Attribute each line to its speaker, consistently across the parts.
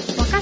Speaker 1: 阪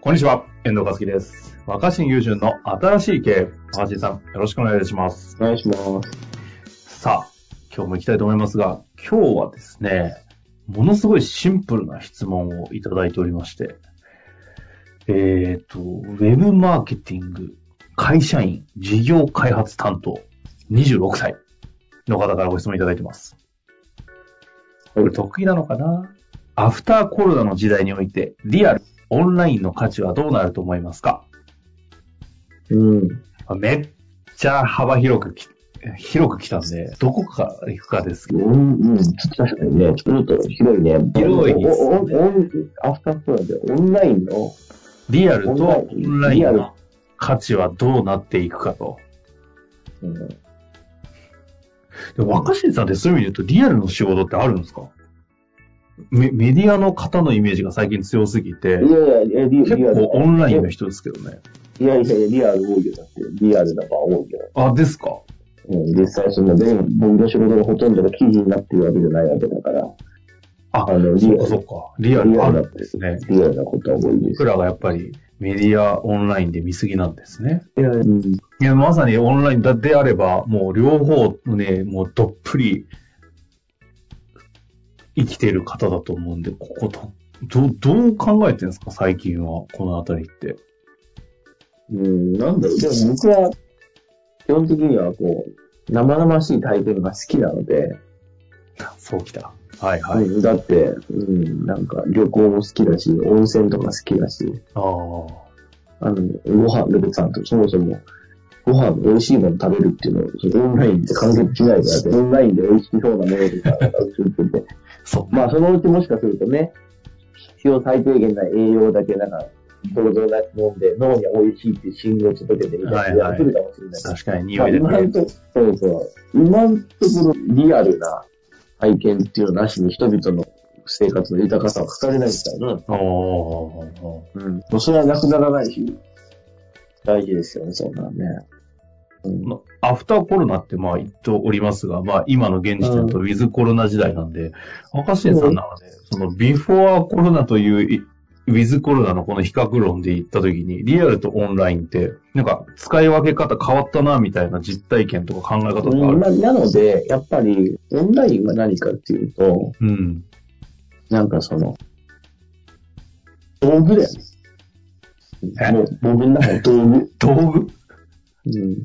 Speaker 2: こんにちは、遠藤和樹です。若新雄純の新しい経営、若新さん、よろしくお願いします。
Speaker 3: お願いします。
Speaker 2: さあ、今日も行きたいと思いますが、今日はですね、ものすごいシンプルな質問をいただいておりまして、えっ、と、ウェブマーケティング、会社員、事業開発担当、26歳の方からご質問いただいてます。これ得意なのかなアフターコロナの時代において、リアル、オンラインの価値はどうなると思いますか
Speaker 3: うん。
Speaker 2: めっちゃ幅広くき、広く来たんで、どこから行くかですけど、
Speaker 3: うん、うん。ちょっと確かにね、ちょっと広いね。
Speaker 2: 広いです
Speaker 3: お
Speaker 2: ね
Speaker 3: おおんアフターコロナでオンラインの、
Speaker 2: リアルとオンライン
Speaker 3: リアル
Speaker 2: の価値はどうなっていくかと。
Speaker 3: うん
Speaker 2: で若新さんってそういう意味で言うと、リアルの仕事ってあるんですかメメディアの方のイメージが最近強すぎて、
Speaker 3: いやいや、えリ
Speaker 2: 結
Speaker 3: リアル。
Speaker 2: 構オンラインの人ですけどね。
Speaker 3: いやいやいや、リアル多いよ。だって、リアルな場多いよ。
Speaker 2: あ、ですか
Speaker 3: うん、実際その全部、僕の仕事のほとんどが記事になってるわけじゃないわけだから、
Speaker 2: あ、
Speaker 3: あの
Speaker 2: そっかそっか。リアルあるんですね。
Speaker 3: リアルなことは多いです
Speaker 2: 僕。らがやっぱりメディアオンラインで見すぎなんですね。
Speaker 3: いや、うん、
Speaker 2: いや、まさにオンラインだであれば、もう両方ね、もうどっぷり生きてる方だと思うんで、ここと、ど、どう考えてるんですか、最近は、このあたりって。
Speaker 3: うん、なんだろう。でも僕は、基本的にはこう、生々しい体験が好きなので、
Speaker 2: そうきた。はいはい。
Speaker 3: うんだって、うん、なんか旅行も好きだし、温泉とか好きだし、
Speaker 2: ああ。
Speaker 3: あの、ご飯、ルベさんとそもそも、ご飯、美味しいもの食べるっていうのを、そのオンラインで完結しないから、オンラインで美味しそうなものとか、作ってて
Speaker 2: そう。
Speaker 3: まあ、そのうちもしかするとね、必要最低限な栄養だけなんか、想像な飲んで、脳には美味しいっていう信号を届けてみたいな
Speaker 2: はい
Speaker 3: の
Speaker 2: は
Speaker 3: が
Speaker 2: い
Speaker 3: 来るかもしれない。
Speaker 2: 確かに
Speaker 3: ま
Speaker 2: 匂
Speaker 3: あ
Speaker 2: いで
Speaker 3: 今
Speaker 2: ね
Speaker 3: ん。とこ、そうそう。今んところリアルな体験っていうのなしに人々の生活の豊かさは語れないか
Speaker 2: あ
Speaker 3: らな。
Speaker 2: あ。
Speaker 3: うん。もうそれはなくならないし、大事ですよね、そんなんね。うん。
Speaker 2: まアフターコロナってまあ言っておりますが、まあ今の現時点だとウィズコロナ時代なんで、若新さんなので、そのビフォアコロナといういウィズコロナのこの比較論で言った時に、リアルとオンラインって、なんか使い分け方変わったなみたいな実体験とか考え方がある。
Speaker 3: まあ、なので、やっぱり、オンラインは何かっていうと、
Speaker 2: うん。
Speaker 3: なんかその、道具だよね。
Speaker 2: え
Speaker 3: もう、僕の中の道具。
Speaker 2: 道具
Speaker 3: うん。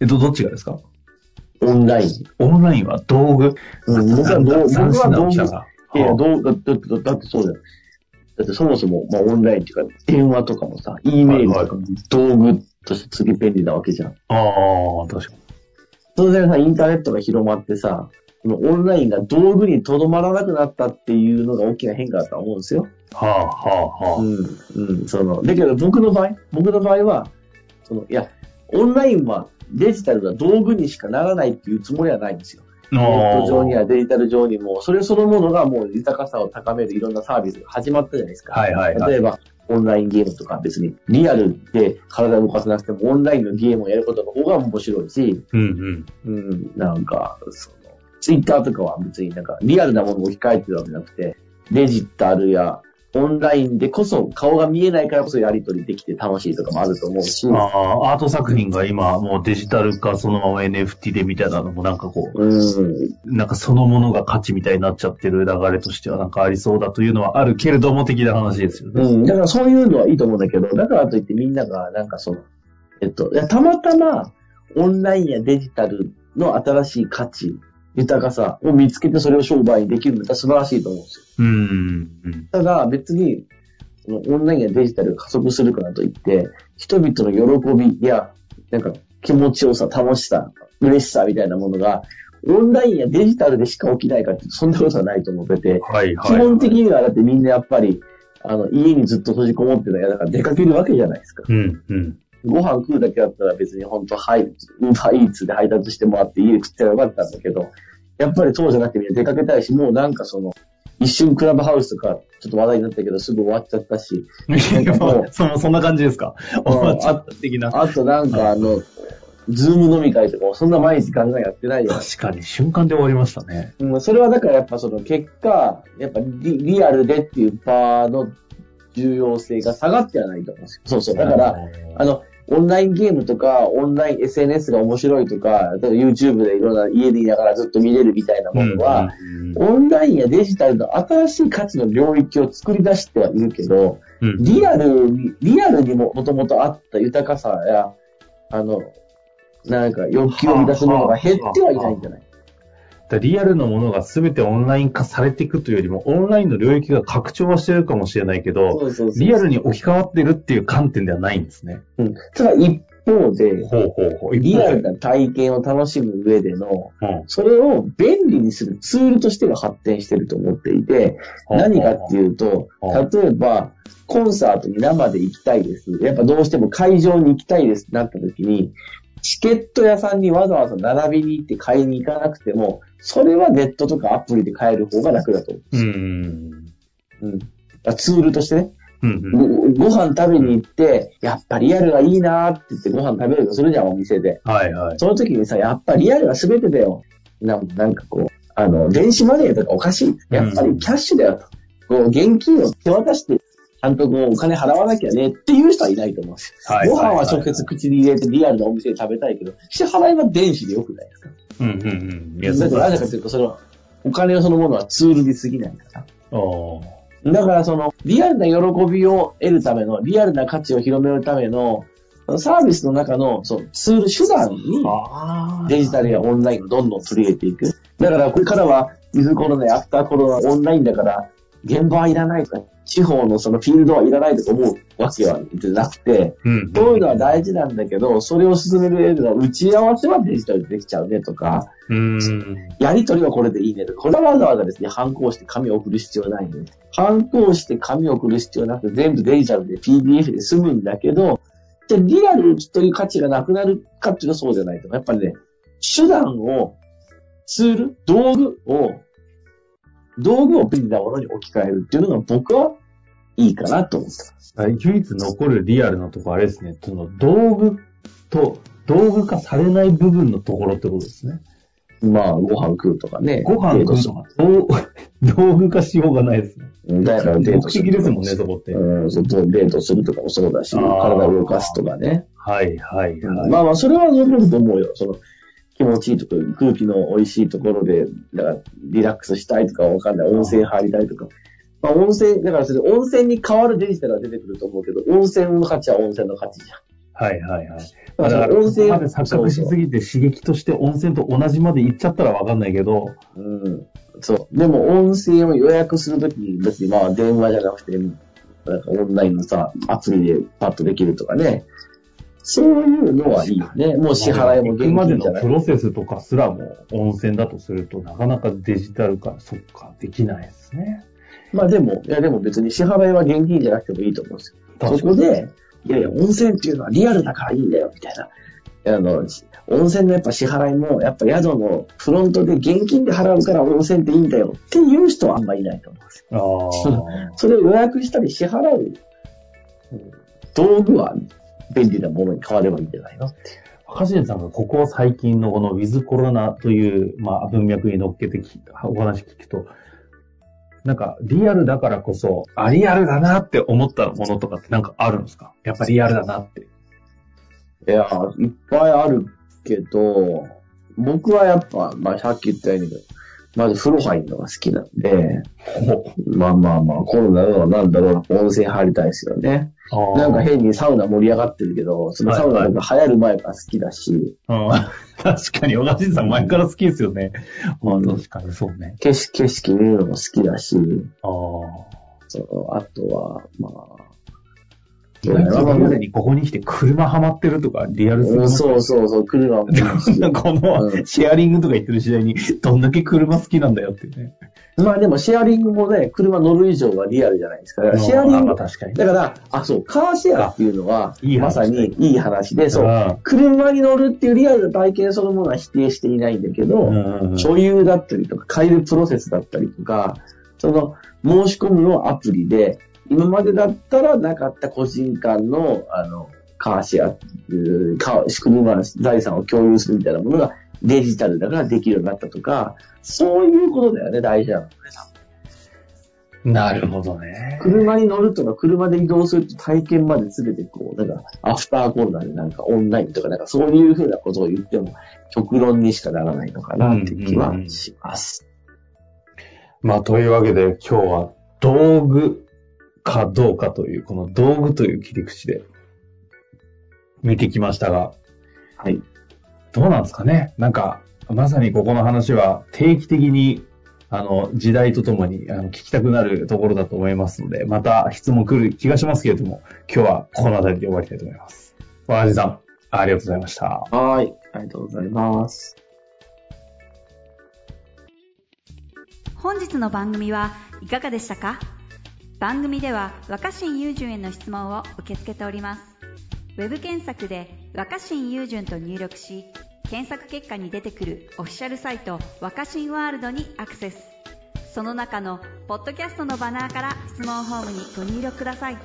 Speaker 2: えっと、どっちがですか
Speaker 3: オンライン。
Speaker 2: オンラインは道具。
Speaker 3: うん、僕は道
Speaker 2: 斬
Speaker 3: 僕
Speaker 2: 斬新
Speaker 3: は
Speaker 2: な
Speaker 3: 道
Speaker 2: お
Speaker 3: 具
Speaker 2: しゃが。
Speaker 3: いや、
Speaker 2: は
Speaker 3: どうだだって、だってそうだよ。だってそもそも、まあ、オンラインっていうか、電話とかもさ、E メールとかも道具として次便利なわけじゃん。
Speaker 2: あああ、確かに。
Speaker 3: 当然さ、インターネットが広まってさ、このオンラインが道具にとどまらなくなったっていうのが大きな変化だと思うんですよ。
Speaker 2: はあ、はあ、はあ。
Speaker 3: うん。うん。その、だけど僕の場合、僕の場合は、その、いや、オンラインはデジタルな道具にしかならないっていうつもりはないんですよ。
Speaker 2: ネ
Speaker 3: ネット上にはデジタル上にも、それそのものがもう豊かさを高めるいろんなサービスが始まったじゃないですか。
Speaker 2: はいはいはい
Speaker 3: 例えば、オンラインゲームとか別にリアルで体を動かさなくてもオンラインのゲームをやることの方が面白いし、
Speaker 2: うんうん。
Speaker 3: うん、なんか、その、ツイッターとかは別になんかリアルなものを置き換えてるわけじゃなくて、デジタルやオンラインでこそ顔が見えないからこそやりとりできて楽しいとかもあると思うし、
Speaker 2: ああ、アート作品が今、もうデジタル化そのまま NFT でみたいなのもなんかこう、
Speaker 3: うん、
Speaker 2: なんかそのものが価値みたいになっちゃってる流れとしてはなんかありそうだというのはあるけれども的な話ですよね。
Speaker 3: うん、だからそういうのはいいと思うんだけど、だからといってみんなが、なんかその、えっと、いやたまたまオンラインやデジタルの新しい価値、豊かさを見つけてそれを商売にできるのは素晴らしいと思うんですよ。
Speaker 2: うん。うん
Speaker 3: ただ別に、そのオンラインやデジタルが加速するからといって、人々の喜びや、なんか気持ちよさ、楽しさ、嬉しさみたいなものが、オンラインやデジタルでしか起きないかって、そんなことはないと思ってて、
Speaker 2: はいはい。
Speaker 3: 基本的にはだってみんなやっぱり、あの、家にずっと閉じこもってないだから出かけるわけじゃないですか。
Speaker 2: うん、うん。
Speaker 3: ご飯食うだけだったら別に本当はい、ウーバーイーツで配達してもらって家で食ってらよかったんだけど、やっぱりそうじゃなくてみんな出かけたいし、もうなんかその、一瞬クラブハウスとか、ちょっと話題になったけど、すぐ終わっちゃったし、
Speaker 2: いや
Speaker 3: も
Speaker 2: もう そそんな感じですか終わっちゃった的な。
Speaker 3: あとなんかあの、ズーム飲み会とかもそんな毎日ガンガンやってないじゃない
Speaker 2: 確かに、瞬間で終わりましたね。
Speaker 3: うん、それはだからやっぱその結果、やっぱリリアルでっていう場の重要性が下がってはないと思うんですよ。そうそう。だから、あの、オンラインゲームとか、オンライン SNS が面白いとか、例えば YouTube でいろんな家でいながらずっと見れるみたいな
Speaker 2: う
Speaker 3: も
Speaker 2: ん、うん
Speaker 3: のは、オンラインやデジタルの新しい価値の領域を作り出してはいるけど、
Speaker 2: うん、
Speaker 3: リアルに、リアルにももともとあった豊かさや、あの、なんか欲求を満たすものが減ってはいないんじゃない
Speaker 2: だリアルのものが全てオンライン化されていくというよりも、オンラインの領域が拡張はしてるかもしれないけど、
Speaker 3: うそう
Speaker 2: リアルに置き換わってるっていう観点ではないんですね。
Speaker 3: うん。ただ一方で、
Speaker 2: ほうほうほう。
Speaker 3: リアルな体験を楽しむ上での、
Speaker 2: うん
Speaker 3: それを便利にするツールとしての発展してると思っていて、何かっていうと
Speaker 2: うん、
Speaker 3: 例えば、コンサートに生で行きたいです。やっぱどうしても会場に行きたいですってなった時に、チケット屋さんにわざわざ並びに行って買いに行かなくても、それはネットとかアプリで買える方が楽だと思
Speaker 2: うん。
Speaker 3: う。うん。あツールとしてね。
Speaker 2: うんうん。
Speaker 3: ごご飯食べに行って、やっぱリアルがいいなーって言ってご飯食べるとするじゃん、お店で。
Speaker 2: はいはい。
Speaker 3: その時にさ、やっぱリアルが全てだよ。ななんかこう、あの、電子マネーとかおかしい。やっぱりキャッシュだよと。こう、現金を手渡して、ちゃんとこう、お金払わなきゃねっていう人はいないと思うんですよ。
Speaker 2: はい
Speaker 3: ご飯は直接口に入れてリアルなお店で食べたいけど、支払いは電子でよくないですか。
Speaker 2: うんうんうん。いや、そ
Speaker 3: だ
Speaker 2: う
Speaker 3: から、
Speaker 2: だ
Speaker 3: な。んかというと、その、お金そのものはツールに過ぎないから。
Speaker 2: あー
Speaker 3: だからその、リアルな喜びを得るための、リアルな価値を広めるための、サービスの中のそうツール、手段に
Speaker 2: あー。
Speaker 3: デジタルやオンラインをどんどん取り入れていく。だからこれからは、ウィズコロナやアフターコロナオンラインだから、現場はいらないとか、地方のそのフィールドはいらないとか思うわけはなくて、
Speaker 2: うん。
Speaker 3: こういうのは大事なんだけど、それを進める上での打ち合わせはデジタルでできちゃうねとか、
Speaker 2: うん。
Speaker 3: やりとりはこれでいいねとか。これはわざわざですね、反抗して紙を送る必要ないね。反抗して紙を送る必要なくて、全部デジタルで PDF で済むんだけど、じゃあリアルという価値がなくなるかっていうとそうじゃないとか。やっぱりね、手段を、ツール、道具を、道具を便利なものに置き換えるっていうのが僕はいいかなと思った。
Speaker 2: 唯一残るリアルなところあれですね、その道具と、道具化されない部分のところってことですね。
Speaker 3: まあ、ご飯食うとかね。
Speaker 2: ご飯
Speaker 3: デー
Speaker 2: 食
Speaker 3: ト
Speaker 2: う
Speaker 3: す
Speaker 2: と
Speaker 3: る
Speaker 2: か、道道具化しようがないですね。
Speaker 3: うんだからデー
Speaker 2: 目
Speaker 3: トす
Speaker 2: 的
Speaker 3: る
Speaker 2: ですもんね、そこって。
Speaker 3: うん、そうデートするとかもそうだし、
Speaker 2: あー
Speaker 3: 体を動かすとかね。
Speaker 2: はいはいはい。
Speaker 3: まあまあ、それは残ると思うよ。その、気持ちいいところ、空気の美味しいところで、だから、リラックスしたいとかわかんない。温泉入りたいとか。まあ、温泉、だからそれ、温泉に変わるデジタルが出てくると思うけど、温泉の価値は温泉の価値じ
Speaker 2: はいはいはい。
Speaker 3: ゃん。だから、
Speaker 2: こ
Speaker 3: 温
Speaker 2: こ
Speaker 3: 泉、
Speaker 2: まで錯覚しすぎて刺激として温泉と同じまで行っちゃったらわかんないけど、
Speaker 3: うん。そう。でも、温泉を予約するときに、別にまあ、電話じゃなくて、なんかオンラインのさ、アプリでパッとできるとかね。そういうのはいいよね。もう支払いも現
Speaker 2: 行くまで
Speaker 3: 金じゃ
Speaker 2: の
Speaker 3: ない
Speaker 2: プ。ロセスとかすらも温泉だとすると、なかなかデジタル化、そっか、できないですね。
Speaker 3: まあでも、いやでも別に支払いは現金じゃなくてもいいと思うんですよ。
Speaker 2: 確
Speaker 3: そ
Speaker 2: かに
Speaker 3: こで、いやいや、温泉っていうのはリアルだからいいんだよ、みたいな。あの、温泉のやっぱ支払いも、やっぱ宿のフロントで現金で払うから温泉っていいんだよっていう人はあんまりいないと思う。
Speaker 2: ああ。
Speaker 3: それを予約したり支払ううん道具は便利なものに変わればいいんじゃないの
Speaker 2: 若新さんがここ最近のこのウィズコロナという、まあ、文脈に乗っけてきお話聞くと、なんかリアルだからこそ、あ、リアルだなって思ったものとかってなんかあるんですかやっぱリアルだなって。
Speaker 3: いや、いっぱいあるけど、僕はやっぱ、まあさっき言ったように、まず風呂入るのが好きなんで、まあまあまあ、コロナのなんだろう、温泉入りたいですよね。なんか変にサウナ盛り上がってるけど、そのサウナが流行る前から好きだし、
Speaker 2: うん、 確かに若新さん前から好きですよね。まあ、
Speaker 3: うん
Speaker 2: 確かにそうね。
Speaker 3: 景色、景色見るのも好きだし、
Speaker 2: ああ。
Speaker 3: そのあとは、まあ、そうだよ
Speaker 2: 今までにここに来て車ハマってるとか、リアルすぎ
Speaker 3: う
Speaker 2: ま
Speaker 3: ん
Speaker 2: す
Speaker 3: そうそうそう、車もいい し。
Speaker 2: こ
Speaker 3: う
Speaker 2: の
Speaker 3: ん
Speaker 2: シェアリングとか言ってる時代に、どんだけ車好きなんだよっていうね。
Speaker 3: まあでもシェアリングもね、車乗る以上はリアルじゃないですか。だからシェアリン
Speaker 2: ま
Speaker 3: グ
Speaker 2: あ、確かに。
Speaker 3: だから、あ、そう、カーシェアっていうのは、
Speaker 2: いい話
Speaker 3: まさにいい話で、そうう、
Speaker 2: ん
Speaker 3: 車に乗るっていうリアルな体験そのものは否定していないんだけど、
Speaker 2: うんうん
Speaker 3: 所有だったりとか、買えるプロセスだったりとか、その、申し込むのアプリで、今までだったらなかった個人間の、あの、カーシェアっていう、カー、仕組みは財産を共有するみたいなものがデジタルだからできるようになったとか、そういうことだよね、大事なの。
Speaker 2: なるほどね。
Speaker 3: 車に乗るとか、車で移動すると体験まで全てこう、なんか、アフターコロナでなんかオンラインとか、なんかそういうふうなことを言っても、極論にしかならないのかなって気はします。
Speaker 2: まあ、というわけで今日は道具かどうかという、この道具という切り口で見てきましたが、
Speaker 3: はい。
Speaker 2: どうなんですかねなんか、まさにここの話は定期的に、あの、時代とともに、あの、聞きたくなるところだと思いますので、また質問来る気がしますけれども、今日はこの辺りで終わりたいと思います。わらじさん、ありがとうございました。
Speaker 3: はい。ありがとうございます。
Speaker 1: 本日の番組はいかがでしたか番組では若新雄純への質問を受け付けておりますウェブ検索で「若新雄純」と入力し検索結果に出てくるオフィシャルサイト「若新ワールド」にアクセスその中の「ポッドキャスト」のバナーから質問フォームにご入力ください